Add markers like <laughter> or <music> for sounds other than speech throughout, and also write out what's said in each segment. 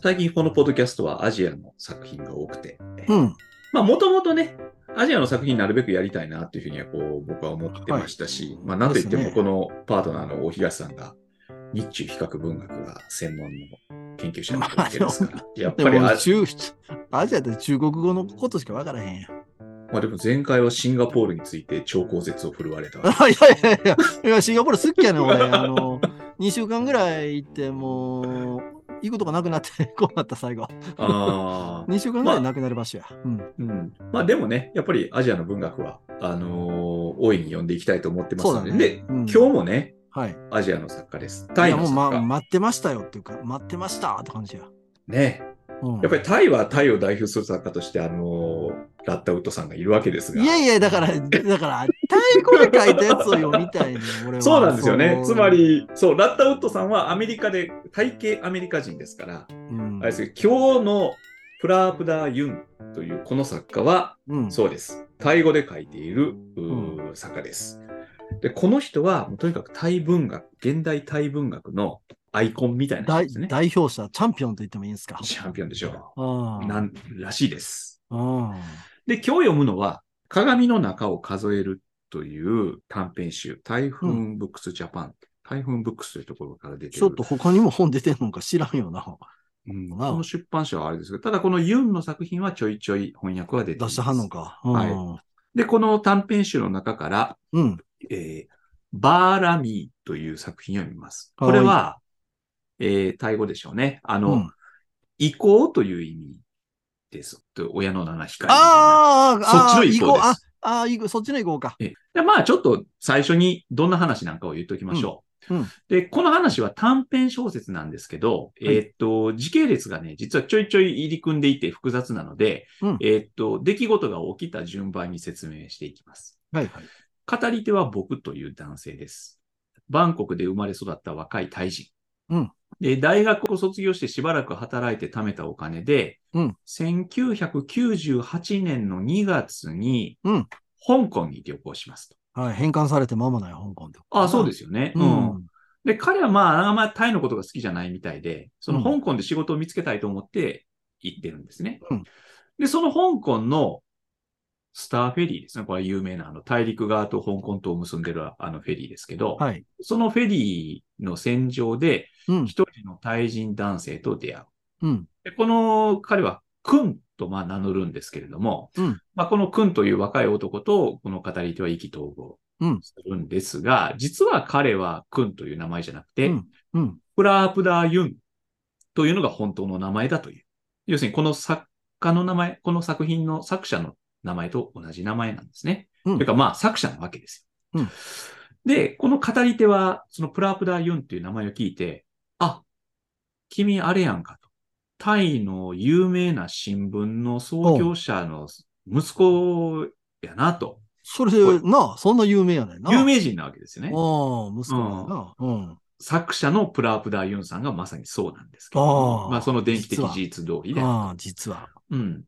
最近このポッドキャストはアジアの作品が多くて、うん。まあもともとね、アジアの作品なるべくやりたいなっていうふうにはこう僕は思ってましたし、はいまあなんといってでもすねこのパートナーの大東さんが日中比較文学が専門の研究者なわけ <laughs> ですから、やっでぱりもアジ中、アジアって中国語のことしかわからへんや <laughs> ん。まあでも前回はシンガポールについて超高絶を振るわれたわけですあいやいやいや、いやシンガポール好きやねん、俺。あの、2週間ぐらい行って、もう、行くとこなくなって、こうなった、最後。 <laughs> あー2週間ぐらいなくなる場所や。うん。うんまあでもね、やっぱりアジアの文学は、あのー大いに読んでいきたいと思ってますそうのだで、ね。で、うん今日もね、はい。アジアの作家です。いタイや、のもう、作ま、家。待ってましたよっていうか、待ってましたって感じや。ね。うん。やっぱりタイはタイを代表する作家として、あのーラッタウッドさんがいるわけですが。いやいや、だから、だから、対これ書いたやつを読みたいね、俺は。そうなんですよね。そつのま、り、そう、ラッタウッドさんはアメリカで、体系アメリカ人ですから、うんあれですけど今日のプラープダー・ユンというこの作家は、うん。そうです。タイ語で書いている、うー作家です。で、この人は、もうとにかくタイ文学、現代タイ文学のアイコンみたいな人代ですね。代表者、チャンピオンと言ってもいいんですか。チャンピオンでしょあう。あ。なん、らしいです。あで、今日読むのは、鏡の中を数えるという短編集、タイフーンブックスジャパン。タイフーンブックスというところから出てる。ちょっと他にも本出てんのか知らんよな。うん、こなの出版社はあれですけど、ただこのユンの作品はちょいちょい翻訳は出てい出ましすてはんのか。はで、この短編集の中から、い。うん。えーバーラミーという作品を読みます。はこいれは、えータイ語でしょうね。あの、うん移行という意味です。と親の七光みたいな。あーあそっー、ちの移行ですああー、移行そっちの移行か。えでまあ、ちょっと最初にどんな話なんかを言っておきましょう。うんうんで、この話は短編小説なんですけど、はいえーっと、時系列がね、実はちょいちょい入り組んでいて複雑なので、うんえーっと、出来事が起きた順番に説明していきます。はいはい。語り手は僕という男性です。バンコクで生まれ育った若いタイ人。うんで、大学を卒業してしばらく働いて貯めたお金で、うん1998年の2月に、うん香港に旅行しますと。はい、返還されて間もない香港で。。あそうですすよね。ううんん。で、彼はまあ、あんまりタイのことが好きじゃないみたいで、そのうん香港で仕事を見つけたいと思って行ってるんですね。うんで、その香港のスターフェリーですね。これは有名なあの大陸側と香港とを結んでるあのフェリーですけど、はい。そのフェリーの船上でうん。一人のタイ人男性と出会う。うん。でこの彼はクンとまあ名乗るんですけれども、うんまあ、このクンという若い男とこの語り手は意気投合うんするんですが、実は彼はクンという名前じゃなくて、うんうん。プラープダーユンというのが本当の名前だという。要するにこの作家の名前、この作品の作者の名前と同じ名前なんですね。うんというかまあ作者なわけですよ。うんで、この語り手は、そのプラープダーユンという名前を聞いて、あ、君あれやんかと。タイの有名な新聞の創業者の息子やなと。それで、なあ、そんな有名やねんな。有名人なわけですよね。ああ、息子やな。うん。作者のプラープダーユンさんがまさにそうなんですけどあも、あまあその電気的実は事実通りで。ああ、実は。うん。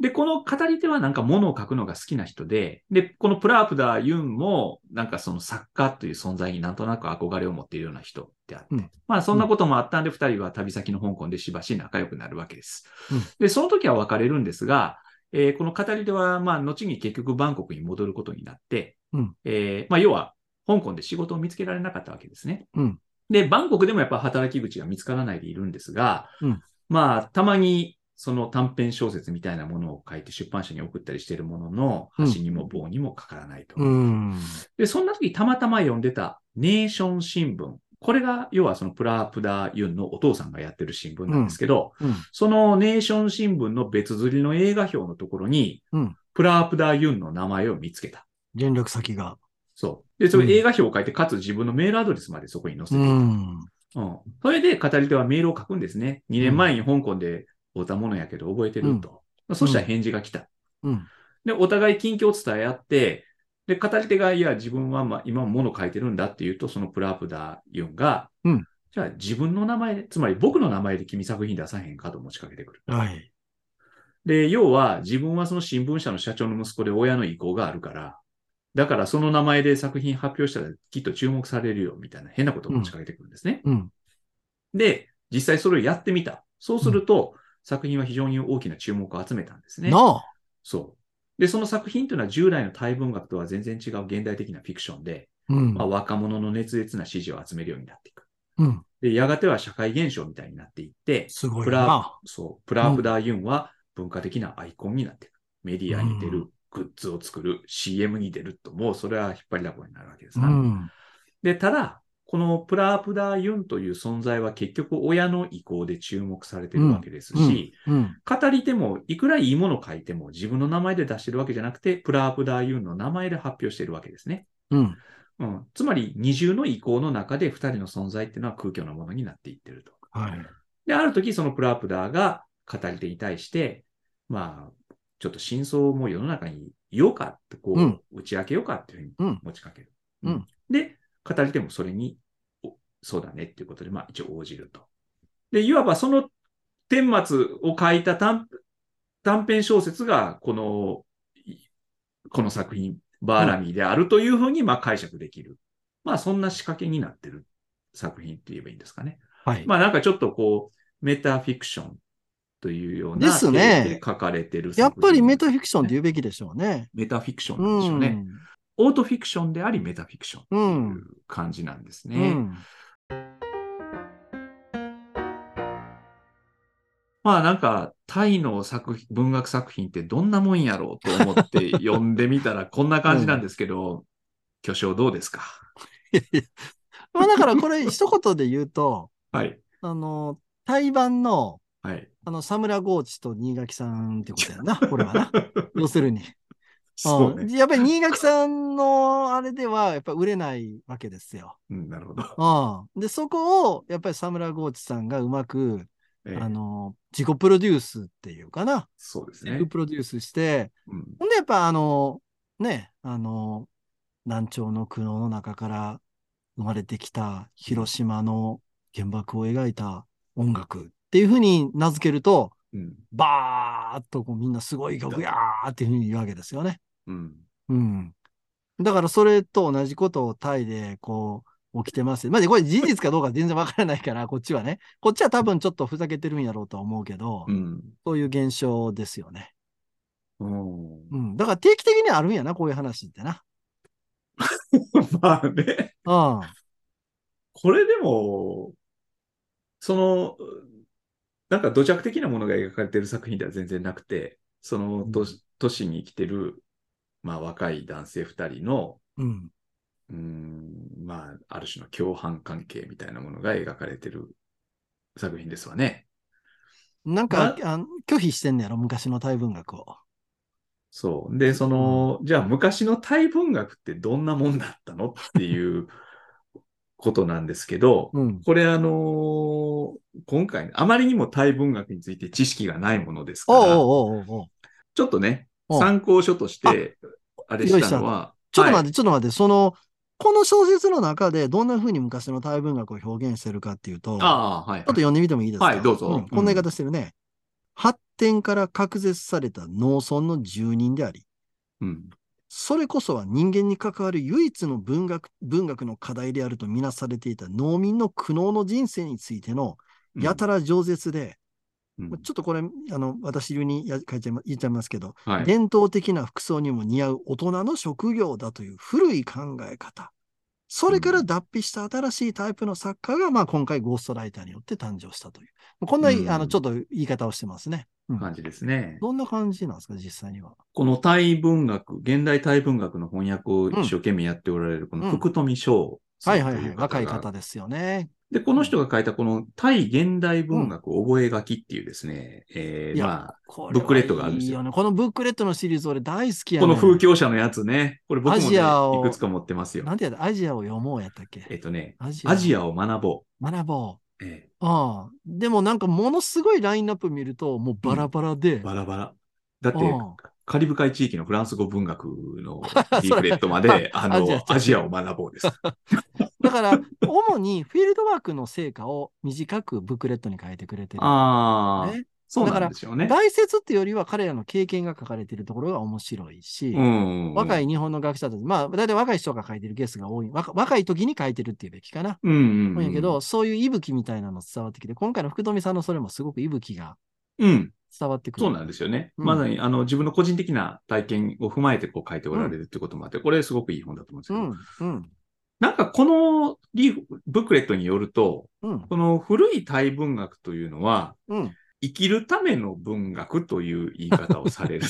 で、この語り手はなんか物を書くのが好きな人で、で、このプラープダーユンもなんかその作家という存在になんとなく憧れを持っているような人であって、うんまあそんなこともあったんで、二人は旅先の香港でしばし仲良くなるわけです。うんで、その時は別れるんですが、えーこの語り手は、まあ、後に結局バンコクに戻ることになって、うんえーまあ、要は、香港で仕事を見つけられなかったわけですね。うんで、バンコクでもやっぱ働き口が見つからないでいるんですが、うんまあ、たまに、その短編小説みたいなものを書いて出版社に送ったりしているものの、うん箸にも棒にもかからないと。うん。で、そんな時たまたま読んでたネーション新聞。これが、要はそのプラプダユンのお父さんがやってる新聞なんですけど、うん。そのネーション新聞の別釣りの映画表のところに、うんプラプダユンの名前を見つけた。連絡先が。そう。で、そのうん映画表を書いて、かつ自分のメールアドレスまでそこに載せうていた。ん。うん。それで語り手はメールを書くんですね。2年前に香港で会ったものやけど覚えてると。そしたら返事が来た。うん。で、お互い近況を伝え合って、で、語り手が、いや、自分は、まあ、今物書いてるんだって言うと、そのプラプダユンが、うんじゃあ自分の名前で、つまり僕の名前で君作品出さへんかと持ちかけてくる。はい。で、要は自分はその新聞社の社長の息子で親の意向があるから、だからその名前で作品発表したらきっと注目されるよみたいな変なことを持ちかけてくるんですね。うん。で、実際それをやってみた。そうすると、作品は非常に大きな注目を集めたんですね。なあ。そう。で、その作品というのは従来のタイ文学とは全然違う現代的なフィクションで、うんまあ、若者の熱烈な支持を集めるようになっていく。うん。で、やがては社会現象みたいになっていって、すごいプラな。そう、プラープダーユンは文化的なアイコンになっていく。メディアに出うる、グッズを作る、CM に出ると、もうそれは引っ張りだこになるわけですうな、ん。で、ただ、このプラープダーユンという存在は結局親の意向で注目されてるわけですし、うん。語り手もいくらいいもの書いても自分の名前で出してるわけじゃなくて、プラープダーユンの名前で発表してるわけですね。うん。うん、つまり二重の意向の中で二人の存在っていうのは空虚なものになっていってると。はい。で、ある時そのプラープダーが語り手に対して、まあ、ちょっと真相をもう世の中に言おうかって、こう、うん打ち明けようかっていうふううんに持ちかける。うんで、語り手もそれに、おそうだねっていうことで、まあ一応応じると。で、いわばその顛末を書いた短短編小説が、この、いこの作品、バーラミーであるというふうに、まあ解釈できる。まあそんな仕掛けになってる作品って言えばいいんですかね。はい。まあなんかちょっとこう、メタフィクションというようなですね手で書かれてるやっ作品ぱりメタフィクションって言うべきでしょうね。メタフィクションう。なんでしょうんね、オートフィクションでありメタフィクションうといん。う感じなんですね。うん。 <laughs> まあなんかタイの作品文学作品ってどんなもんやろうと思って読んでみたらこんな感じなんですけど、巨匠どうですかまあだからこれ一言で言うと、 <laughs> はい。あの、対バンの、 <laughs> はい。あの、サムラゴーチと新垣さんってことや <laughs> な、これはな。要するに。そうね。んやっぱり新垣さんのあれでは、やっぱ売れないわけですよ。うん、なるほど。うん。で、そこを、やっぱりサムラゴーチさんがうまく、ええあの、自己プロデュースっていうかな、そうですセルねフ。プロデュースして、うん、ほんで、やっぱあの、ね、あの、南朝の苦悩の中から生まれてきた広島の原爆を描いた音楽っていうふうに名付けると、うん。バーっとこうみんなすごい曲やーっていうふうに言うわけですよね。うん。うん。だからそれと同じことをタイでこう起きてます。まあ、でこれ事実かどうか全然わからないから、こっちはね。こっちは多分ちょっとふざけてるんやろうとは思うけど、うん。そういう現象ですよね。うん。 <laughs> うん。だから定期的にあるんやな、こういう話ってな。まあね。うん。これでも、その、なんか土着的なものが描かれてる作品では全然なくて、その都市,、都市に生きてる、まあ若い男性二人の、うん。うーん、まあ、ある種の共犯関係みたいなものが描かれてる作品ですわね。なんか、あの拒否してんねやろ、昔の大文学を。そう。で、その、じゃあ昔のタイ文学ってどんなもんだったのっていうことなんですけど、うん。これあのー今回、あまりにもタイ文学について知識がないものですかおうら、おうおうおうちょっとね、おう参考書として、あれしたのは、ちょっと待って、て、ちょっと待って、その、この小説の中でどんな風に昔の大文学を表現してるかっていうと、ああ、はいちょっと。読んでみてもいいですかはいどうぞんこんな言い方してるね。発展から隔絶された農村の住人であり、うん。それこそは人間に関わる唯一の文学文学の課題であるとみなされていた農民の苦悩の人生についてのうんやたら饒舌で、うんまあちょっとこれ、あの、私流にや書いちゃいま言っちゃいますけど、はい。伝統的な服装にも似合う大人の職業だという古い考え方。それから脱皮した新しいタイプの作家が、まあ今回ゴーストライターによって誕生したという。こんな、うんあの、ちょっと言い方をしてますね。うん感じですね。どんな感じなんですか、実際には。このタイ文学、現代タイ文学の翻訳を一生懸命やっておられる、この福富翔さはんいとはいいうはい。が若い方ですよね。で、この人が書いたこのタイ現代文学覚書きっていうですね、えいー、やまこブックレットがあるんですよいいよね。このブックレットのシリーズ俺大好きあ、やこねの風教者のやつね、これ僕も、アね、ジアをいくつか持ってますよ。なんてやったアジアを読もうやったっえっけとね、アジア。アジアを学ぼ学ぼう。う。えああ。でもなんかものすごいラインナップ見ると、もうバラバラで。えバラバラ。だってうん、カリブ海地域のフランス語文学 <laughs> のリーフレットまそれ <laughs> で、あアジアの、アジアを学ぼうです。だから、主にフィールドワークの成果を短くブックレットに変えてくれてる。ああ、ねそうなんですよね。概説っていうよりは彼らの経験が書かれているところが面白いし、うん若い日本の学者たち、まあ、大体若い人が書いてるケースが多い。若若い時に書いてるっていうべきかな。うんうん、多うん。いんやけど、、そういう息吹みたいなの伝わってきて、今回の福富さんのそれもすごく息吹がうん、伝わってくる。そうなんですよね。うんまだ、あの、自分の個人的な体験を踏まえて、こう書いておられるってこともあって、これすごくいい本だと思うんですけうど、ん、うん、なんかこのリーフ、ブックレットによると、うん、この古いタイ文学というのは、うん。生きるための文学という言い方をされる。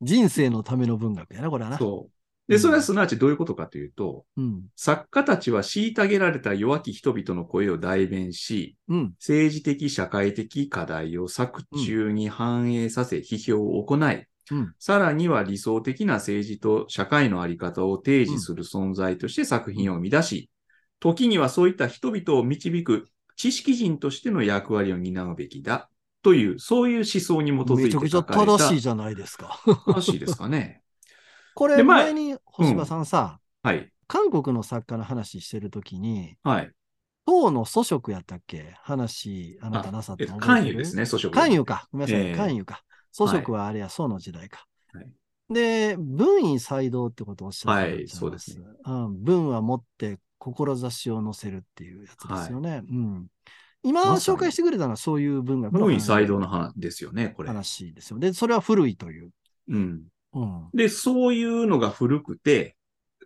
人生のための文学やな、これはな。そう。で、それはすなわちどういうことかというと、うん、作家たちは虐げられた弱き人々の声を代弁し、うん、政治的、社会的課題を作中に反映させ、批評を行い、うん、さらには理想的な政治と社会のあり方を提示する存在として作品を生み出し、時にはそういった人々を導く知識人としての役割を担うべきだという、そういう思想に基づいめてち書ゃかくれちゃた。正しいじゃないですか。正しいですかね。これ、でまあ前に星葉さんさ、はい。韓国の作家の話してるときに、はい。党の祖職やったっけ話、あなたなさってえ覚えてる関与ですね、訴訟。関与か。ごめんなさい。ええ関与か。祖職はあれや、宋の時代か。はいで、文位才道ってことをおっしゃってたんちゃいはいまそうですす。うん、文は持って志を乗せるっていうやつですよね。うん、今まさに紹介してくれたのはそういう文学の文位話才能の話ですよね、これ。話ですよ。で、それは古いという。うん。うん。で、そういうのが古くて、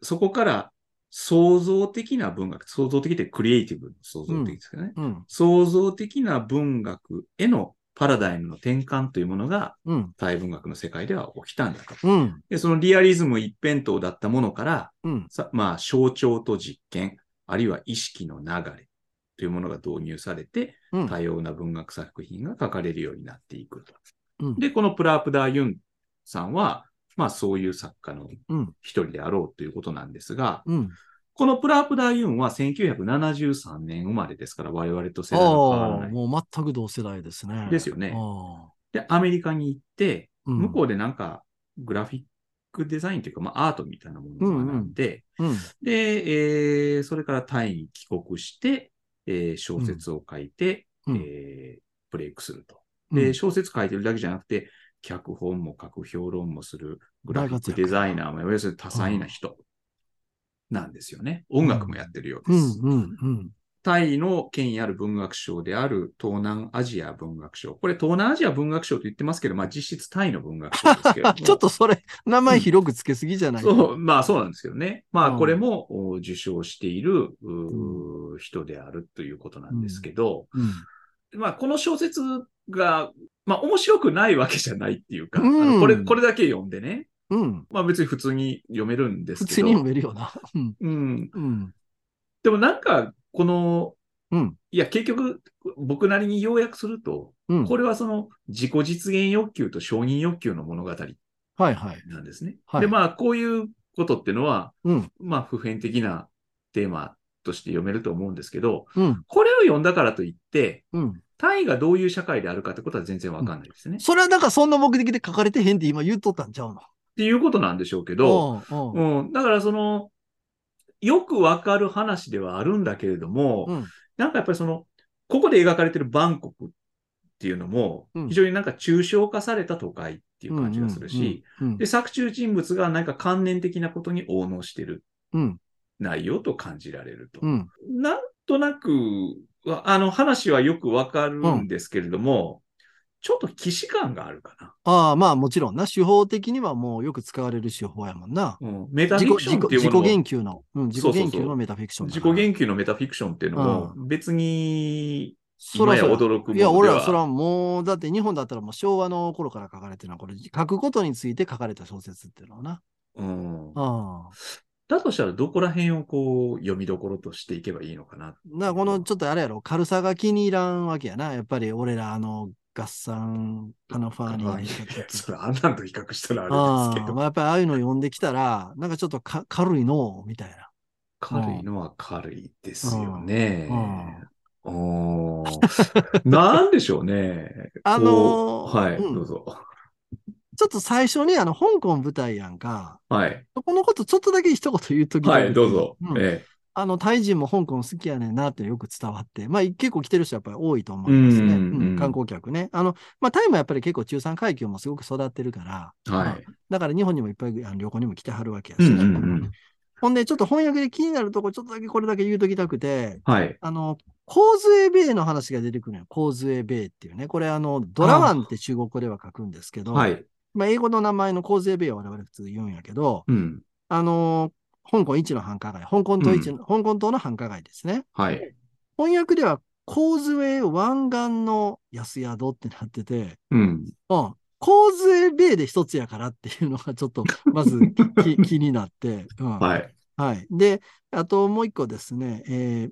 そこから創造的な文学、創造的でクリエイティブの創造的ですけどね。うん。創造的な文学へのパラダイムの転換というものが、うん。タイ文学の世界では起きたんだと。うん。で、そのリアリズム一辺倒だったものから、うん。さまあ、象徴と実験、あるいは意識の流れというものが導入されて、うん。多様な文学作品が書かれるようになっていくと。うんで、このプラープダー・ユンさんは、まあそういう作家のうん。一人であろうということなんですが、うん。このプラープダー・ユンは1973年生まれですから、我々と世あ代が変わらあ、ない。もう全く同世代ですね。ですよねああで、アメリカに行って、うん向こうでなんかグラフィックデザインというか、まあアートみたいなものを学んで、うん。で、えーそれからタイに帰国して、えー小説を書いて、うんえーブレイクすると。うで、ん小説書いてるだけじゃなくて、脚本も書く、評論もする、グラフィッ大活クデ躍ザイナーも、要するに多彩な人なんですよね。音楽もやってるよううです。ん。うん。うん。タイの権威ある文学賞である東南アジア文学賞。これ東南アジア文学賞と言ってますけど、まあ実質タイの文学賞ですけれどあも。 <laughs> ちょっとそれ、名前広くつけすぎじゃないかそう、まあそうなんですけどね。まあうんこれもお受賞しているうー人であるということなんですけど、うんまあこの小説が、まあ面白くないわけじゃないっていうか、うんあのこれ、これだけ読んでね、うん。まあ別に普通に読めるんです普け通ど、にもいるよな。うん。うん。うん。でもなんかこの、うん。いや結局僕なりに要約すると、うん。これはその自己実現欲求と承認欲求の物語はいはい。なんですね。はいで、まあ、こういうことってのは、うん。まあ、普遍的なテーマとして読めると思うんですけど、うん。これを読んだからといって、うん。タイがどういう社会であるかってことは全然わかんないですね。っそれはなんかそんな目的で書かれてへんって今言っとったんちゃうのていうことなんでしょうけど、うんうんうん、だからその、よくわかる話ではあるんだけれども、うん。なんかやっぱりその、ここで描かれてるバンコクっていうのもうん、非常になんか抽象化された都会っていう感じがするし、うん、うんで、作中人物が何か関連的なことに応能してるうん。内容と感じられると。うん。なんとなくは、あの話はよくわかるんですけれども、ちょっと既視感があるかああ、まあもちろんな。手法的にはもうよく使われる手法やもんな。な。うん、メタフ自ィ己、クショ自ン己って、いう自も己の言及の。うん。自そう己そうそう言及のメタフィクションだ自己から。言及のメタフィクションっていうのも、別に、そらそ今らや驚くものいではや、俺らそれはもう、だって日本だったらもう昭和の頃から書かれてるのは、これ、書くことについて書かれた小説っていうのはな。うん、ああ。だとしたらどこら辺をこう、読みどころとしていけばいいのかな。 <laughs> な、このちょっとあれやろ、軽さが気に入らんわけやな。やっぱり俺ら、あの、合算、カノファーニーがいたいや時それあんなんと比較したらああれですけあ、ど、まあ、やっぱりああいうの読んできたら、なんかちょっとか軽いのみたいな。軽いのは軽いですよね。おー <laughs> なんでしょうね。あのこーうはい、うんどうぞ。ちょっと最初にあの、香港舞台やんか、はい、そこのことちょっとだけ一言言うときはい、どうぞ。うんええあの、タイ人も香港好きやねんなってよく伝わって、まあ結構来てる人やっぱり多いと思いますね。うんうんうんうん観光客ね。あの、まあタイもやっぱり結構中産階級もすごく育ってるから、はまあい。だから日本にもいっぱいあの旅行にも来てはるわけやしうね、んうんうん。ほんで、ちょっと翻訳で気になるとこ、ちょっとだけこれだけ言うときたくて、はい。あの、洪水ベイの話が出てくるのよ。洪水ベイっていうね。これあの、ドラワンって中国語では書くんですけど、はい。まあ英語の名前の洪水ベイは我々普通言うんやけど、うん。あのー香港一の繁華街、香港島一の、香港島の繁華街ですね。はい。翻訳では、洪水湾岸の安宿ってなってて、うん。うん。洪水ベイで一つやからっていうのがちょ <laughs> っと、まずき気になって、うん。はい。はい。で、あともう一個ですね、えー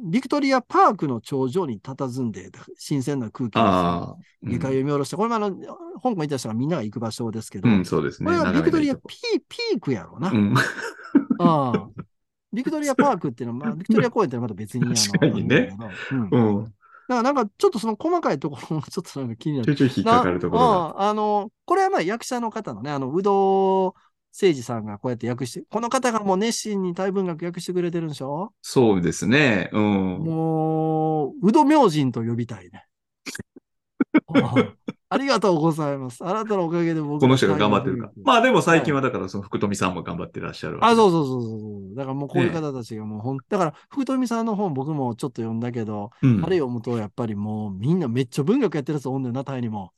ビクトリアパークの頂上に佇んで、新鮮な空気あをあ。ですね床読み下ろして、これもあの、香港行った人がみんなが行く場所ですけど、うん、うん、そうですね。これはビクトリアピ眺ーピークやろうな。めがいいとこああ。ビクトリアパークっていうのは、まあ、ビクトリア公園ってのはまた別にあの。確かにねあるんだけど。うん。だかうん。うん。らなんかちょっとその細かいところもちょっとなんか気になちょる。いちょい引っかかるところなが。あああの、これはまあ役者の方のね、あの、有働誠治さんがこうやって訳して、この方がもう熱心に大文学訳してくれてるんでしょそうですね。うん。もう、有働明神と呼びたい <laughs> ね。ああありがとうございます。あなたのおかげで僕この人が頑張ってるから。まあでも最近ははだからその福富さんも頑張ってらっしゃるわあ、けでそうそうそうそうそう。だからもうこういう方たちがもうほん、だから福富さんの本僕もちょっと読んだけど、うん。あれ読むとやっぱりもうみんなめっちゃ文学やってるやつおんねんな、タイにも。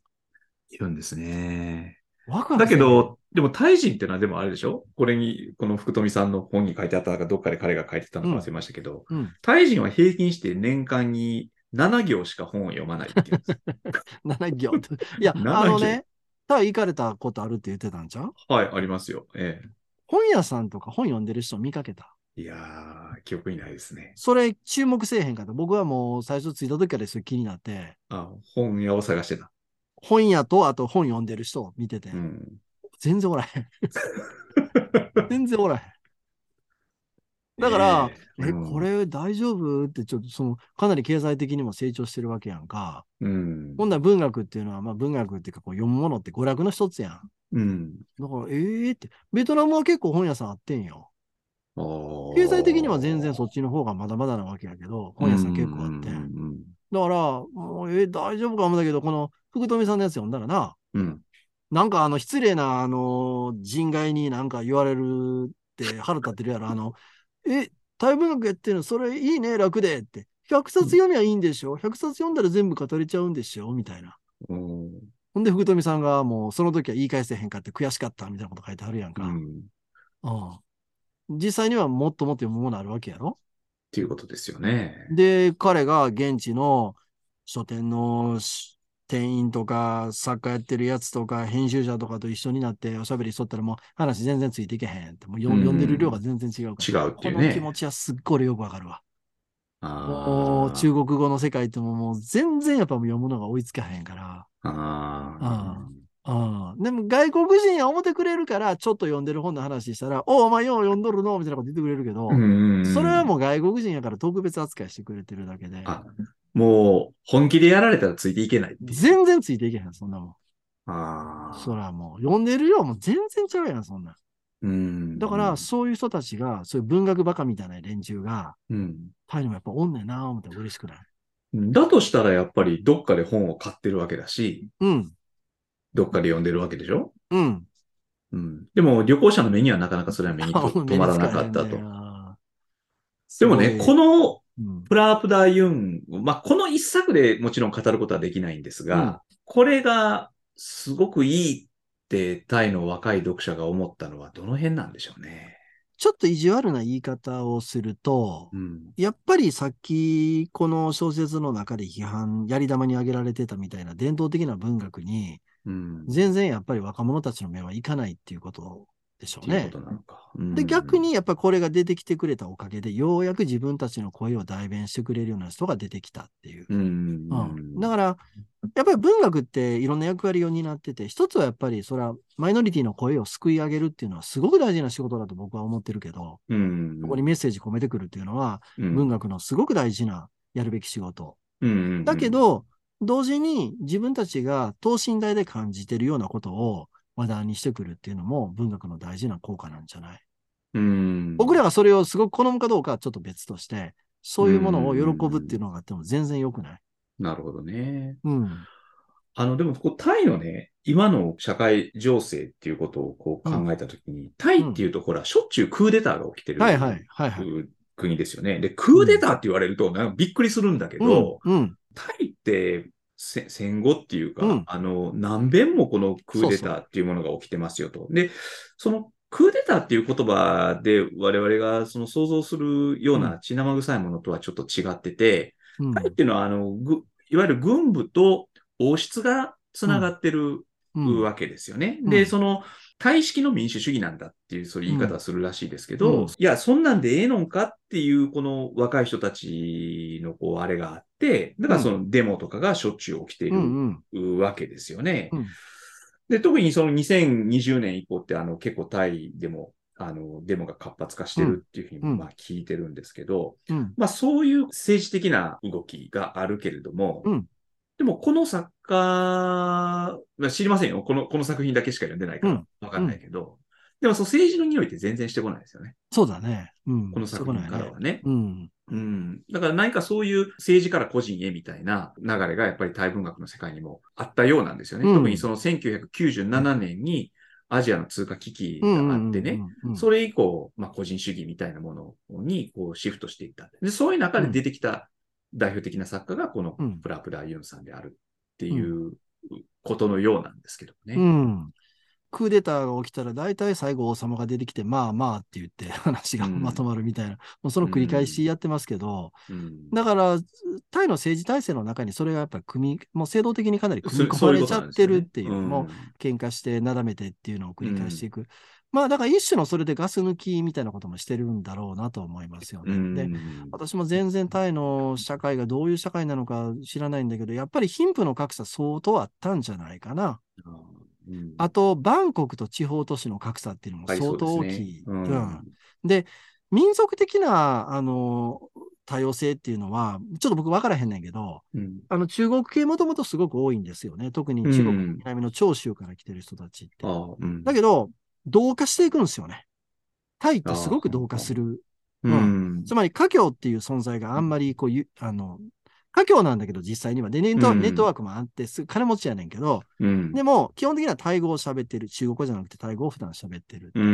いるんですね。ワクワクだせけえへん、ど、でも、タイ人ってのはでもあれでしょこれに、この福富さんの本に書いてあったのか、どっかで彼が書いてたのか忘れましたけど、うん、タイ人は平均して年間に7行しか本を読まないって <laughs> いうんです。 7行と。いや、 7行あのね、タイ行かれたことあるって言ってたんちゃうはい、ありますよ。え本屋さんとか本読んでる人見かけた。え。いやー、記憶にないですね。それ注目せえへんかった。僕はもう最初着いた時からそれ気になって、あ、本屋を探してた。本屋とあと本読んでる人を見てて、うん。全然おら <laughs> へん。全然おらへん。だから、えええ、うんこれ大丈夫って、ちょっとその、かなり経済的にも成長してるわけやんか。うん。ほんなら文学っていうのは、まあ文学っていうか、こう読むものって娯楽の一つやん。うん。だから、ええって、ベトナムは結構本屋さんあってんよ。経経済的には全然そっちの方がまだまだなわけやけど、本屋さん結構あって。うんだから、もう、え大丈夫かもだけど、この福富さんのやつ読んだらな、うん。うん。なんかあの、失礼な、あの、人外になんか言われるって腹立ってるやろ。あの、え、大文学やってるの、それいいね、楽でって。100冊読みゃいいんでしょ ?100 冊読んだら全部語れちゃうんでしょみたいな。うんほんで、福富さんがもう、その時は言い返せへんかって悔しかったみたいなこと書いてあるやんうか。うん。ん。っ実際にはもっともっと読むものあるわけやろていうことですよね。で、彼が現地の書店のし店員とか、作家やってるやつとか、編集者とかと一緒になっておしゃべりしとったらもう話全然ついていけへんって、もうようん読んでる量が全然違うか違ら。うっていうこの気ね持。ちはすっごい俺よくわかるわ。もあうあ。中国語の世界ってもうもう全然やっぱもう読むのが追いつかへんから。あうん。でも外国人は思ってくれるから、ちょっと読んでる本の話したら、おお、お前よう読んどるのみたいなこと言ってくれるけどあ。、んそれはうもう外国人やから特別扱いしてくれてるだけでん。、あ、もう、本気でやられたらついていけないっていう。全然ついていけへん、そんなもん。あそあ。らもう、読んでる量も全然ちゃうやん、そんなん。うん。だから、そういう人たちが、そういう文学バカみたいな連中が、うん。タイにもやっぱおんねんな、思って嬉しくない。だとしたら、やっぱり、どっかで本を買ってるわけだし、うん、どっかで読んでるわけでしょうん。うん。でも、旅行者の目にはなかなかそれは目 <laughs> にと目止にまつらへなんかったと。だよなでもね、すごこいのうんプラープダーユン、まあ、この一作でもちろん語ることはできないんですが、うんこれがすごくいいってタイの若い読者が思ったのはどの辺なんでしょうね。ちょっと意地悪な言い方をするとう、ん。やっぱりさっき、この小説の中で批判、やり玉に挙げられてたみたいな伝統的な文学に、うん。全然やっぱり若者たちの目はいかないっていうことでしょっうていねう。ことなのか。うんで、逆、にやっぱこれが出てきてくれたおかげで、ようやく自分たちの声を代弁してくれるような人が出てきたっていう。うん。うん、かだから、やっぱり文学っていろんな役割を担ってて、一つはやっぱりそれはマイノリティの声をすくい上げるっていうのはすごく大事な仕事だと僕は思ってるけど、ら、うん。そこにメッセージ込めてくるっていうのは文学のすごく大事なやるべき仕事。うんだけ、ど、同時に自分たちが等身大で感じてるようなことを話題にしてくるっていうのも文学の大事な効果なんじゃないうん。僕らがそれをすごく好むかどうかはちょっと別として、そういうものを喜ぶっていうのがあっても全然良くない。なるほどね。うん。あの、でも、こうタイのね、今の社会情勢っていうことをこう考えたときに、タイっていうと、ほら、しょっちゅうクーデターが起きてるはいはい、はいはい。国ですよね。で、クーデターって言われると、なんかびっくりするんだけど、うん、うん。タイってせ戦後っていうか、うんあの、何遍もこのクーデターっていうものが起きてますよと。で、そのクーデターっていう言葉で我々がその想像するよううな血生臭いものとはちょっと違ってて、うんタイっていうのは、あの、ぐいわゆる軍部と王室がつながってるうんわけですよね。うんで、その、タイ式の民主主義なんだっていう、そういう言い方をするらしいですけど、うんいや、そんなんでええのんかっていう、この若い人たちの、こう、あれがあって、だからそのデモとかがしょっちゅう起きていうんるうんわけですよね。うんで、特にその2020年以降って、あの、結構タイでも、あの、デモが活発化してるっていうふうに、うんまあ、聞いてるんですけど、うんまあ、そういう政治的な動きがあるけれども、うんでも、この作家、まあ知りませんよ。この、この作品だけしか読んでないかうらん、わかんないけど、でも、そう、政治の匂いって全然してこないですよね。そうだね。うん。この作品かそこならんやねはね。うん。うん。だから、何かそういう政治から個人へみたいな流れが、やっぱり大文学の世界にもあったようなんですよね。うん特にその1997年にアジアの通貨危機がうんあってね、。うんそれ以降、まあ、個人主義みたいなものにこうシフトしていった。で、そういう中で出てきた代表的な作家がこのうんプラプラユンさんであるっていうことのようなんですけどね。うん。クーデターが起きたら大体最後王様が出てきて、まあまあって言って <laughs> 話がうんまとまるみたいな、もうその繰り返しやってますけど、うんだから、タイの政治体制の中にそれがやっぱり組み、もう制度的にかなり組そみ込まれちゃってるっていう、そもことなんですよねう喧嘩してなだめてっていうのを繰り返していく。まあだから一種のそれでガス抜きみたいなこともしてるんだろうなと思いますよね。うんでうん私も全然タイの社会がどういう社会なのか知らないんだけど、やっぱり貧富の格差相当あったんじゃないかな。うんあと、バンコクと地方都市の格差っていうのもはい相当そ大うですきねい。うんうん民族的な、あの、多様性っていうのは、ちょっと僕分からへんねんけど、うんあの、中国系もともとすごく多いんですよね。特に中国の南の長州から来てる人たちって。ああうんだけど、同化していくんですよね。タイってすごく同化する。うんつまり、華僑っていう存在があんまり、こう、ゆあの、華僑なんだけど実際には。で、ネットうんネットワークもあって、す金持ちやねんけど、うんでも、基本的にはタイ語を喋ってる。中国語じゃなくてタイ語を普段喋ってる。うんう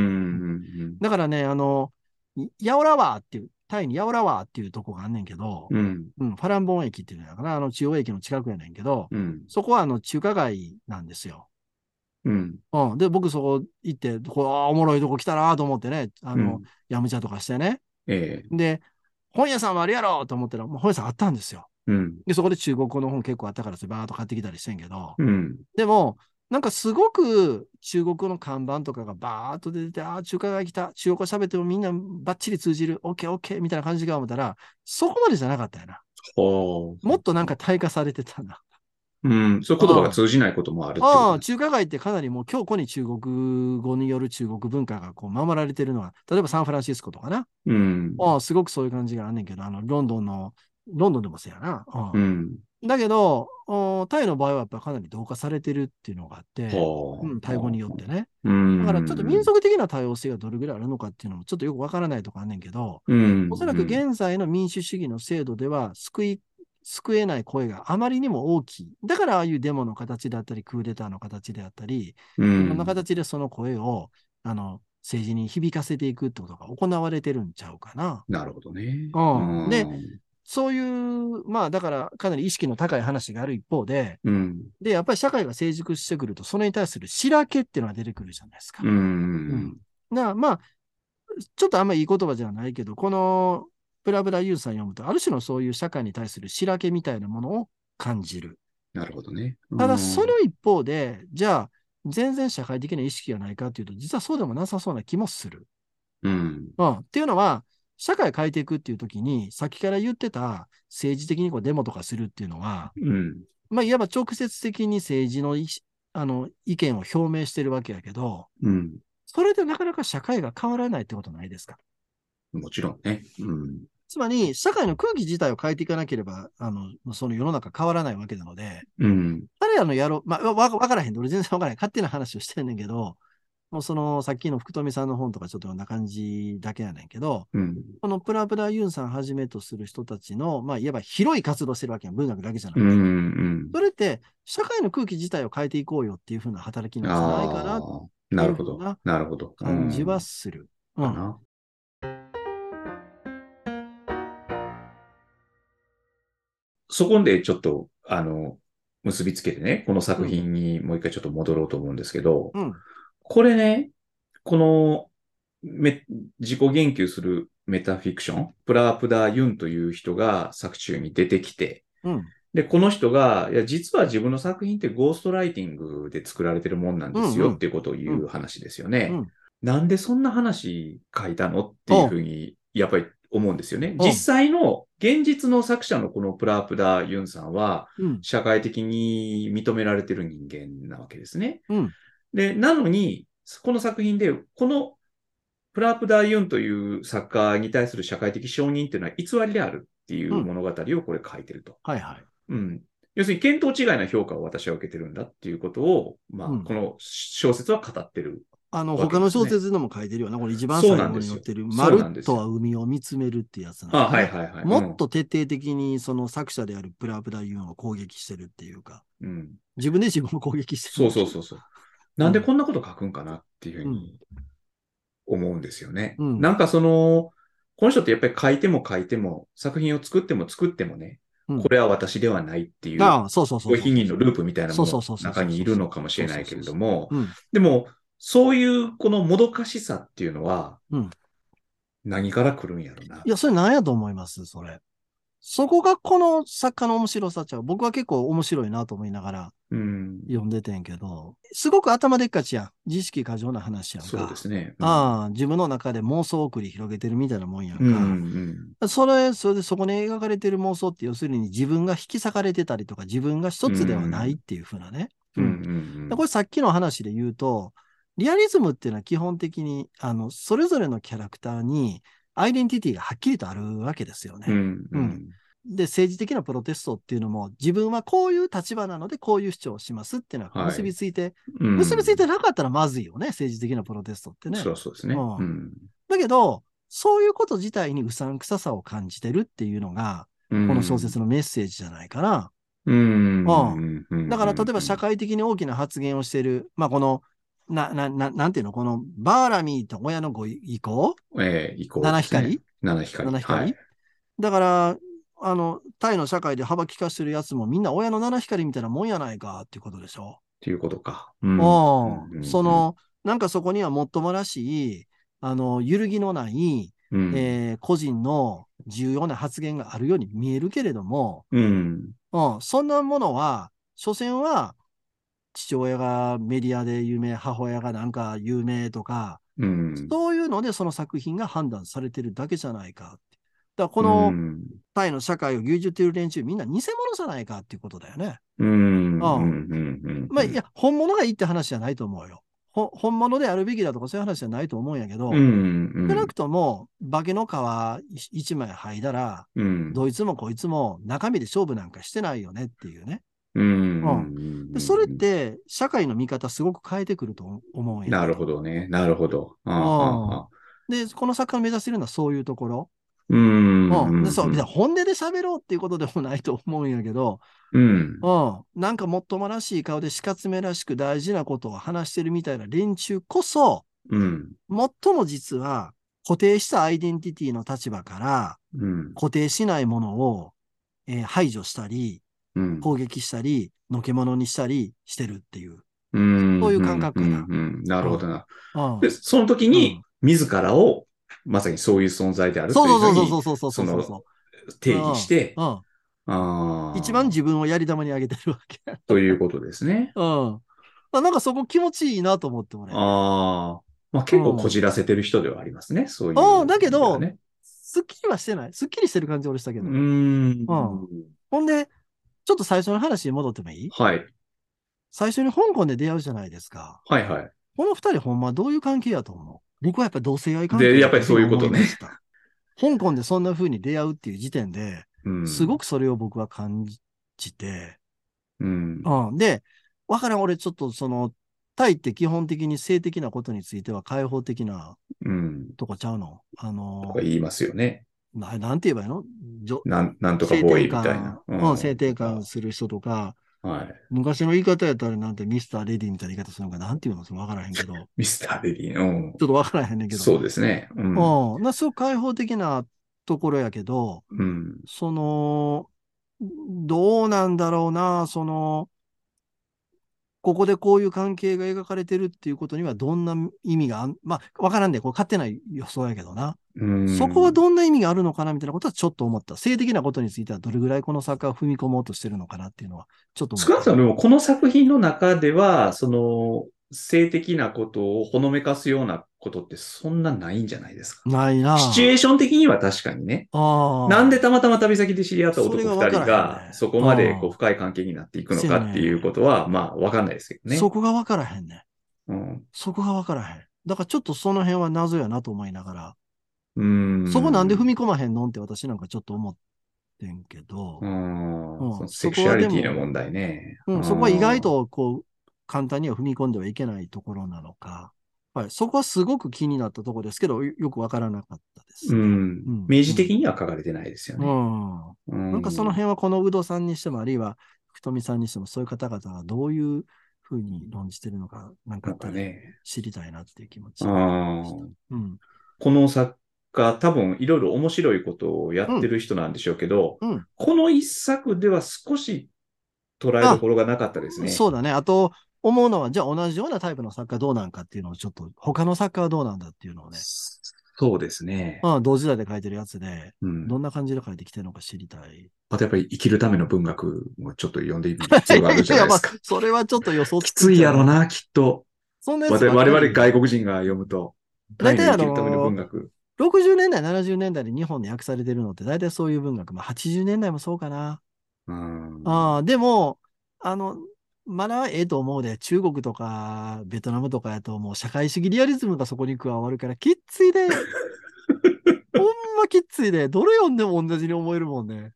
んだからね、あの、ヤオラワーっていう、タイにヤオラワーっていうとこがあんねんけど、うんうん、ファランボン駅っていうのやから、あの中央駅の近くやねんけど、うんそこはあの中華街なんですよ。うんうん、で、僕そこ行って、こう、ああ、おもろいとこ来たなと思ってね、あの、うんヤムチャとかしてね。ええで、本屋さんはあるやろと思ったら、もう本屋さんあったんですよ。うんで、そこで中国語の本結構あったから、それバーっと買ってきたりしてんけど、うんでも、なんかすごく中国語の看板とかがバーっと出てて、ああ、中華街来た、中国語喋ってもみんなバッチリ通じる、オッケーオッケーみたいな感じが思ったら、そこまでじゃなかったよな。ほうもっとなんか体化されてたな。うんそういう言葉が通じないこともあるってことああ、中華街ってかなりもう強固に中国語による中国文化がこう守られてるのは、例えばサンフランシスコとかな。うんああ、すごくそういう感じがあんねんけど、あの、ロンドンの、ロンドンでもせやな。ううんんだけど、おタイの場合はやっぱかなり同化されてるっていうのがあって、ほうん、タイ語によってね。うんだからちょっと民族的な多様性がどれぐらいあるのかっていうのもちょっとよくわからないとこあんねんけど、うんおそらく現在の民主主義の制度では救い、救えない声があまりにも大きい。だからああいうデモの形であったり、クーデターの形であったり、ういんろんな形でその声を、あの、政治に響かせていくってことが行われてるんちゃうかな。なるほどね。うんうんで、そういう、まあだからかなり意識の高い話がある一方で、うん。で、やっぱり社会が成熟してくると、それに対する白けっていうのが出てくるじゃないですか。うんうん。なまあ、ちょっとあんまりいい言葉じゃないけど、このブラブラユーさん読むと、ある種のそういう社会に対する白けみたいなものを感じる。なるほどね。たうだ、んその一方で、じゃあ、全然社会的な意識がないかっていうと、実はそうでもなさそうな気もする。うん。うん、っていうのは、社会変えていくっていう時に、さっきから言ってた政治的にこうデモとかするっていうのは、うん。まあ、いわば直接的に政治の意思あの意見を表明してるわけやけど、うん。それでなかなか社会が変わらないってことないですかもちろんね。うん。つまり、社会の空気自体を変えていかなければ、あの、その世の中変わらないわけなので、うん。彼らのやろう、まあ、わ、わからへんで、俺全然わからへん。勝手な話をしてんねんけど、もうその、さっきの福富さんの本とかちょっとこんな感じだけやねんけど、うん。このプラプラユンさんはじめとする人たちの、まあ、いわば広い活動してるわけやん。文学だけじゃなくうて。んうんそれって、社会の空気自体を変えていこうよっていうふうな働きうん。なんじゃないかなあっーてなるほいうふうなど。なるほど。感じうはんする。うかん。な。そこでちょっと、あの、結びつけてね、この作品にもう一回ちょっと戻ろうと思うんですけど、うん。これね、このめ自己言及するメタフィクション、プラープダ・ユンという人が作中に出てきて、うん。で、この人が、いや、実は自分の作品ってゴーストライティングで作られてるもんなんですうんようんっていうことを言う話ですよね。うんなんでそんな話書いたのっていうふうに、やっぱり思うんですよね。うん実際の、現実の作者のこのプラープダ・ユンさんは、うん。社会的に認められてる人間なわけですね。うん。で、なのに、この作品で、このプラープダ・ユンという作家に対する社会的承認っていうのは偽りであるっていう物語をこれ書いてると。はいはい。うん。要するに、見当違いな評価を私は受けてるんだっていうことを、まあ、うんこの小説は語ってる。あの、わけです他ねの小説でも書いてるよな。これ一番最そうなん後ですによ載ってる、まそうるなんっですとよは海を見つめるってやつなんだあ、ねはいはいはい。もっと徹底的にその作者であるプラプラユンを攻撃してるっていうか、うん。うん。自分で自分を攻撃してそる。うそうそうそう。なんでこんなこと書くんかなっていうふうに思うんですよね。うんなんかその、この人ってやっぱり書いても書いても、作品を作っても作ってもね、うんこれは私ではないっていう、ああ、そうそうそうそう。拒否認のループみたいなものそうのそうそうそう中にいるのかもしれないけれども、うん。でも、そういうこのもどかしさっていうのはうん、何から来るんやろな。いや、それなんやと思いますそれ。そこがこの作家の面白さちゃう。僕は結構面白いなと思いながらうん。読んでてんけど、すごく頭でっかちやん。自意識過剰な話やんか。そうですね。うんああ、自分の中で妄想を繰り広げてるみたいなもんやんか。うんうんそれ、それでそこに描かれてる妄想って、要するに自分が引き裂かれてたりとか、自分が一つではないっていうふうなね。うんうんでこれさっきの話で言うと、リアリズムっていうのは基本的に、あの、それぞれのキャラクターに、アイデンティティがはっきりとあるわけですよね。うんううんんで、政治的なプロテストっていうのも、自分はこういう立場なので、こういう主張をしますっていうのははい結びついて、うん結びついてなかったらまずいよね、政治的なプロテストってね。そうそうですね。うんうんだけど、そういうこと自体にうさんくささを感じてるっていうのが、この小説のメッセージじゃないかな。うん。うんだから、例えば社会的に大きな発言をしてる、まあ、この、な、な、ななんていうの、この、バーラミーと親のご意向ええ、以降。七光七光。七光、はいだから、あの、タイの社会で幅利かしてるやつもみんな親の七光みたいなもんやないかっていうことでしょ。っていうことか。うんうんうんその、なんかそこにはもっともらしい、あの、揺るぎのない、うんえー個人の重要な発言があるように見えるけれども、うん。うん、そんなものは、所詮は、父親がメディアで有名、母親がなんか有名とか、うん。そういうのでその作品が判断されてるだけじゃないかって。だからこうのんタイの社会を牛耳ってる連中みんな偽物じゃないかっていうことだよね。うん。ああうんうんうんまあいや、本物がいいって話じゃないと思うよ。ほ本物であるべきだとかそういう話じゃないと思うんやけど、うんうん。少なくとも化けの皮一一枚剥いだら、うん。どいつもこいつも中身で勝負なんかしてないよねっていうね。うんううんでそれって社会の見方すごく変えてくると思うんや。なるほ。どね。なるほど。ああああで、この作家の目指してるのはそういうところ。うんうん。でそうう、んで本音で喋ろうっていうことでもないと思うんやけど、うん。うん。なんかもっともらしい顔でしかつめらしく大事なことを話してるみたいな連中こそ、うん。最も実は固定したアイデンティティの立場からうん。固定しないものを、えー排除したうり、ん攻撃したり、のけ者にしたりしてるっていう。うんそういう感覚かなうんうんうんなるほどな。うん。で、その時うにん、自らを、まさにそういう存在であるといそううふそううそうにそうそうそうそうそうそそ定義してう。、うん。ああ一番自分をやり玉にあげてるわけ。うん。ということですね。あなんかそこ気持ちいいなと思ってもね。ああ。まあ結構こじらせてる人ではありますね。そういう。うんだけどねすっきりはしてない。すっきりしてる感じ俺したけうど。ん。ほんで、ちょっと最初の話に戻ってもいいはい。最初に香港で出会うじゃないですか。はいはい。この二人ほんまどういう関係やと思う僕はやっぱり同性愛関係でだやっぱりそういうことね思ました。香港でそんな風に出会うっていう時点で、うんすごくそれを僕は感じて、うん。うん。で、わからん、俺ちょっとその、タイって基本的に性的なことについては開放的なうん。とこちゃうのあとのか、言いますよね。ななんて言えばいいのじょなん、なんとか性ボーイ転みたい換な。、うん、性転換する人とか、はい。昔の言い方やったらなんてミスターレディみたいな言い方するのかなんていうのかわからへんけど、ちょっミスターレディー。うん。とわからへんねんけど。そうですね。うん。うん。な、すごく開放的なところやけど、うん。その、どうなんだろうな、その、ここでこういう関係が描かれてるっていうことにはどんな意味があん、まあ、わからんで、これ勝手な予想やけどな。うんそこはどんな意味があるのかなみたいなことはちょっと思った。性的なことについてはどれぐらいこの作家は踏み込もうとしてるのかなっていうのは、ちょっと思っ少なた。くともでもこの作品の中では、その、性的なことをほのめかすようなことってそんなないんじゃないですか。ないな。シチュエーション的には確かにね。ああ。なんでたまたま旅先で知り合ったそ男れ二が分人からへんねが、そこまでうんこう深い関係になっていくのそうやかねっていうことは、まあ、わかんないですけどね。そこがわからへんね。うん。そこがわからへん。だからちょっとその辺は謎やなと思いながら、うん。そこなんで踏み込まへんのんって私なんかちょっと思ってんけどう、んうんそのセクシュアリティの問題ね。うん、そこは意外とこう、簡単には踏み込んではいけないところなのか、はい、そこはすごく気になったところですけど、よよくわからなかったですうね。んうん明示的には書かれてないですようね。ん。ななんかその辺はこのウドさんにしても、あるいは福富さんにしても、そういう方々がどういうふうに論じてるのか、なんかあなっんたからね。知りたいなっていう気持ち。あーうん。この作家、多分いろいろ面白いことをやってる人なんでしょうけど、うんうんこの一作では少し捉えどころがなかったですね。そうだね。あと、思うのは、じゃあ同じようなタイプの作家どうなんかっていうのをちょっと、他の作家はどうなんだっていうのをね、そうですね。まあ、同時代で書いてるやつで、うんどんな感じで書いてきてるのか知りた <laughs> い。。あとやっぱり生きるための文学もちょっと読んでみる必要があるじゃないですかまあそれはちょっと予想きついやろ。な、きっと。そんなや我つばっ々かり我々外国人が読むと。大体あ生のきるための文学。 60年代、70年代で日本で訳されてるのって、大体そういう文学、まあ80年代もそうかな。うんああ、でも、あの、まだええと思うで、中国とかベトナムとかやと、もう社会主義リアリズムがそこに加わるから、きっつい <laughs> で。ほんまきっついで、どれ読んでも同じに思えるもんね。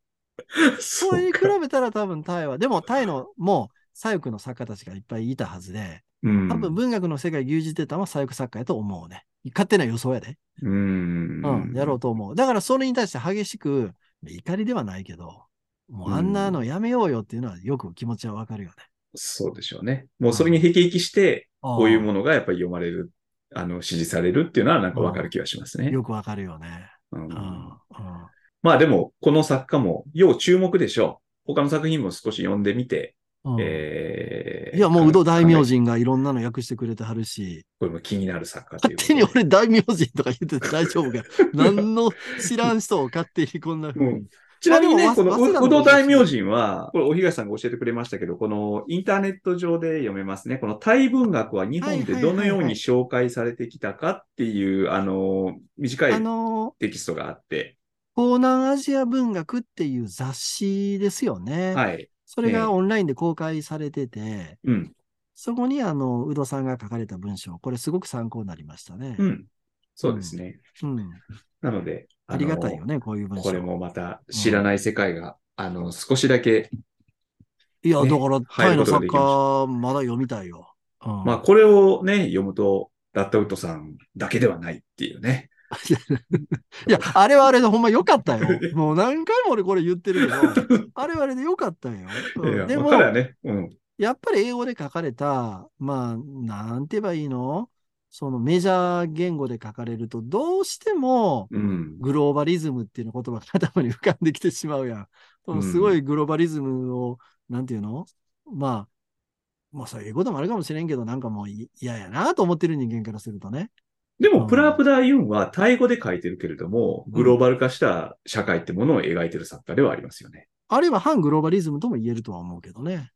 それに比かべたら多分タイは、でもタイのもう左翼の作家たちがいっぱいいたはずで、うん多分文学の世界牛耳ってたのは左翼作家やと思うね。勝手な予想やで。うんうん、やろうと思う。だからそれに対して激しく、怒りではないけど、もうあんなのやめようよっていうのはよく気持ちはわかるよね。そうでしょうね。もうそれにへきへきして、こういうもの。のがやっぱり読まれる、あの、支持されるっていうのはなんかわかる気がしますね。よくわかるよね。うんうん。うんまあでも、この作家も要注目でしょう。他の作品も少し読んでみて、うんえーいや、もう、うど大名。考え人がいろんなの訳してくれてはるし、これも気になる作家とい勝うこと手でに俺大名人とか言ってて大 <laughs> 丈夫か。何の知らん人を勝手にこんな風うにん。ちなみにね、まあでこのも早稲田のう、うど大名人は、これ、お東さんが教えてくれましたけど、このインターネット上で読めますね。このタイ文学は日本でどのように紹介されてきたかっていう、あの、短あいの、テキストがあって、東南アジア文学っていう雑誌ですよね。はい。それええがオンラインで公開されてて、うん。そこにあの、うどさんが書かれた文章、これすごく参考になりましたねう。ん。そうですね。うん。なので、ありがたいよね、こういうあの。文章。これもまた知らない世界が、あの、少しだけ、いや、ねだから、タイ入るこのとが作でき家まし、まだ読みたいよ。うんまあ、これをね、読むと、ラッタウッドさんだけではないっていうね。いや、あれはあれでほんま良かったよ。もう何回も俺これ言ってるけど、 <laughs> あれはあれで良かったよ。うんいやでまあも、彼はね、うん。やっぱり英語で書かれた、まあ、なんて言えばいいのそのメジャー言語で書かれると、どうしてもうん。グローバリズムっていう言葉が頭に浮かんできてしまうやん。そのすごいグローバリズムを、なんていうのまあ、まあ、そういうこともあるかもしれんけど、なんかもうい嫌やなと思ってる人間からするとね。でうんも、プラープダーユンはタイ語で書いてるけれども、んグローバル化した社会ってものを描いてる作家ではありますよね。あるいは反グローバリズムとも言えるとは思うけどね。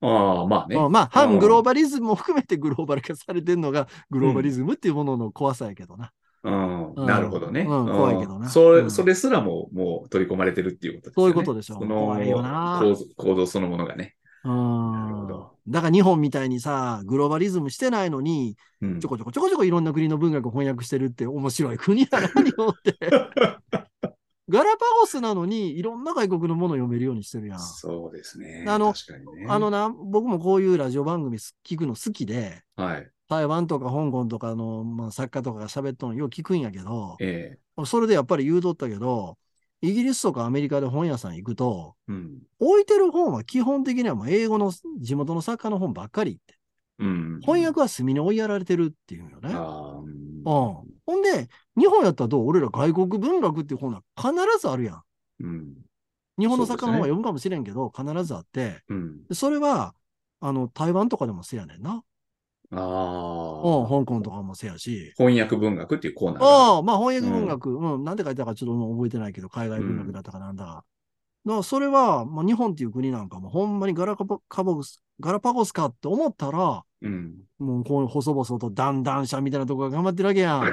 ああ、まあね。うんまあ、反グローバリズムも含めてグローバル化されてるのが、グローバリズムっていうものの怖さやけどな。うんうんなるほどね。うんうん怖いけどなそれ、うんそれすらも、もう取り込まれてるっていうことですよね。そういうことでしょうその怖いよな構造構造そのものがね。うなるんほど。だから日本みたいにさ、グローバリズムしてないのに、うんちょこちょこちょこちょこいろんな国の文学を翻訳してるって面白い国だな、日本って。ガラパゴスなのに、いろんな外国のものを読めるようにしてるやん。そうですね。あの確かにね。あのな、僕もこういうラジオ番組す聞くの好きで、はい。台湾とか香港とかの、まあ、作家とかが喋っとんよう聞くんやけど、ええそれでやっぱり言うとったけど、イギリスとかアメリカで本屋さん行くと、うん。置いてる本は基本的にはもう英語の地元の作家の本ばっかりって。うん。翻訳は墨に追いやられてるっていうんよね。あーうん、ほんで、日本やったらどう俺ら外国文学っていう本は必ずあるやん。うん。日本の作家の本そうですねは読むかもしれんけど、必ずあって、うん。でそれは、あの、台湾とかでもせやねんな。あうん、あ。香港とかもせやし。翻訳文学っていうコーナーが。ああ、まあ翻訳文学、うん、なんて書いてたかちょっともう覚えてないけど、海外文学だったかなんだか。だからそれは、まあ、日本っていう国なんかも、ほんまにガラカパカボスガラパゴスかって思ったら、うん。もうこう細々と談談者みたいなとこが頑張ってるわけやん。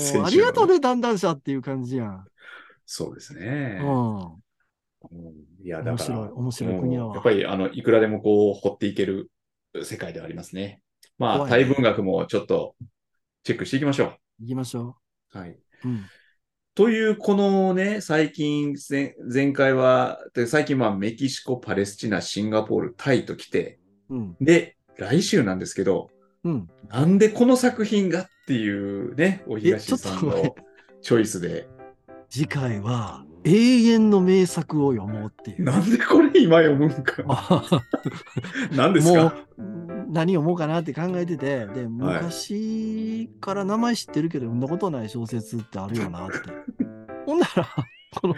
<laughs> 先週うのねありがとうね、談談者っていう感じやん。 <laughs> そうですね。うん。うんいや、だ面から、白い、面白い国やうんわ。やっぱり、あの、いくらでもこう、掘っていける世界ではありますね。まあ、怖いタねイ文学もちょっとチェックしていきましょ行きましょう。はい。う。うん。という、このね、最近、前前回は、で最近、まあ、メキシコ、パレスチナ、シンガポール、タイと来て、うん。で、来週なんですけど、うん。なんでこの作品がっていうね、お東さんえちょっとごめんのチョイスで、次回は、永遠の名作を読もうっていう。 <laughs> なんでこれ今読むんか。なんですもかう何読もうかなって考えててで昔から名前知ってるけど読んだことない小説ってある <laughs> よなってほんならこの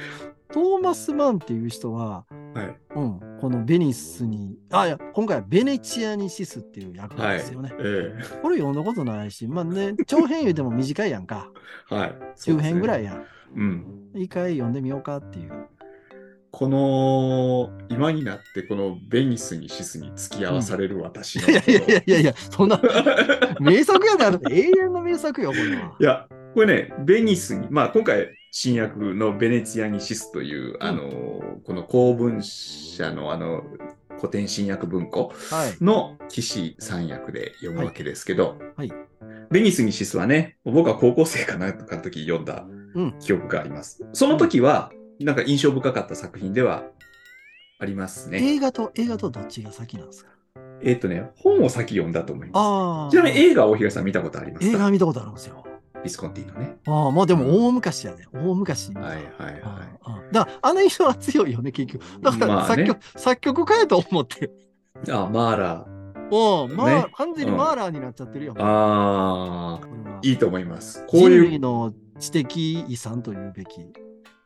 トーマス・マンっていう人は、はいうん、このベニスにあいや今回はベネチアニシスっていう役なんですよね、えこれ読んだことないしまあね長編言うても短いやん <laughs> かえ。はい。中編ぐらいや。やんうん。一回読んでみようかっていうこの今になってこのベニスにシスに付き合わされる私の、いやいやいやいやいやそんない名作やな <laughs> だって永遠の名作よこれはやこれねベニスにまあ今回新訳のベネツィアにシスという、あのこの公文社のあの古典新訳文庫はいの岸三訳で読むわけですけど、はいはベニスにシスはね僕は高校生かなんかの時読んだうん記憶があります、その時はなんか印象深かった作品ではありますね映画と映画とどっちが先なんですかえっ、とね、本を先読んだと思いまああ。す。ちなみに映画を大東さん見たことあります映か画見たことあるんですよ。ビスコンティのね。ああ、まあでも大昔やね。大昔に見た。はいはいあはあああだから、あの印象は強いよね、結局。だから、まあね作曲、作曲家やと思って。 <laughs> い。あ、マーラー。もう、まあ、ね完全にマーラーになっちゃってるよ。こああ、れはいいと思います。こう人い類う、の知的遺産というべき。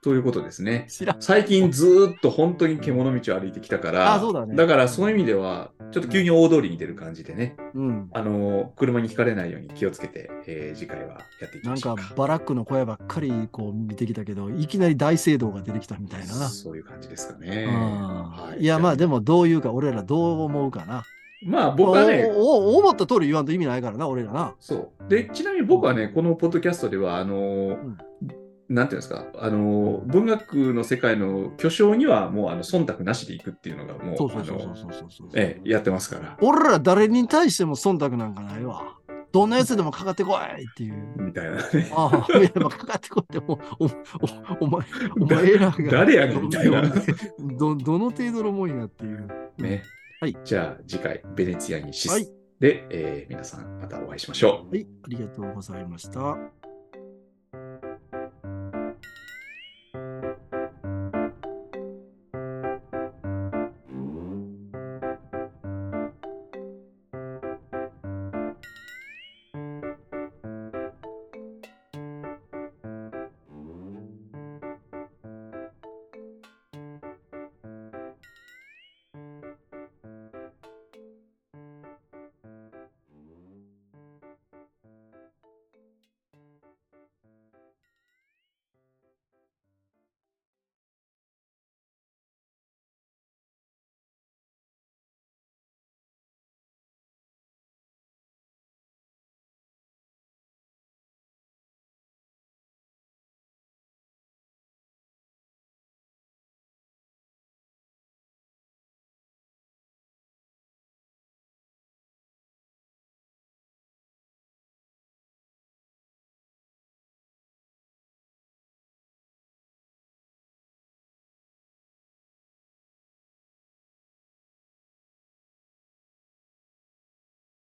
ということですね。知らん。最近ずーっと本当に獣道を歩いてきたから、あそうだねからその意味では、ちょっと急に大通りに出る感じでね、うん。あのー車にひかれないように気をつけて、えー次回はやっていきなまんしょかうか。バラックの小屋ばっかりこう見てきたけど、いきなり大聖堂が出てきたみたいなな。そういう感じですかね。ああはいいや、まあじゃでもどういうか、俺らどう思うかな。まあ僕はね、おおお思った通り言わんと意味ないからな、俺らな。そう。で、ちなみに僕はね、このポッドキャストでは、あのーうんなんていうんですか、あのー文学の世界の巨匠には、もう、あの、忖度なしでいくっていうのが、もう、そうそうそうあそのうそうそうそう。ええやってますから、俺ら誰に対しても忖度なんかないわ。どんなやつでもかかってこいっていう。みたいな <laughs> ね。ああ、いやまあかかってこいってもう、おおお前、お前らが。誰やね <laughs> んみたいなどどの程度のもんやっていう。ね。はいじゃあ、次回、ベネツィアにシス、はいで、えー皆さん、またお会いしましょう。はい、ありがとうございました。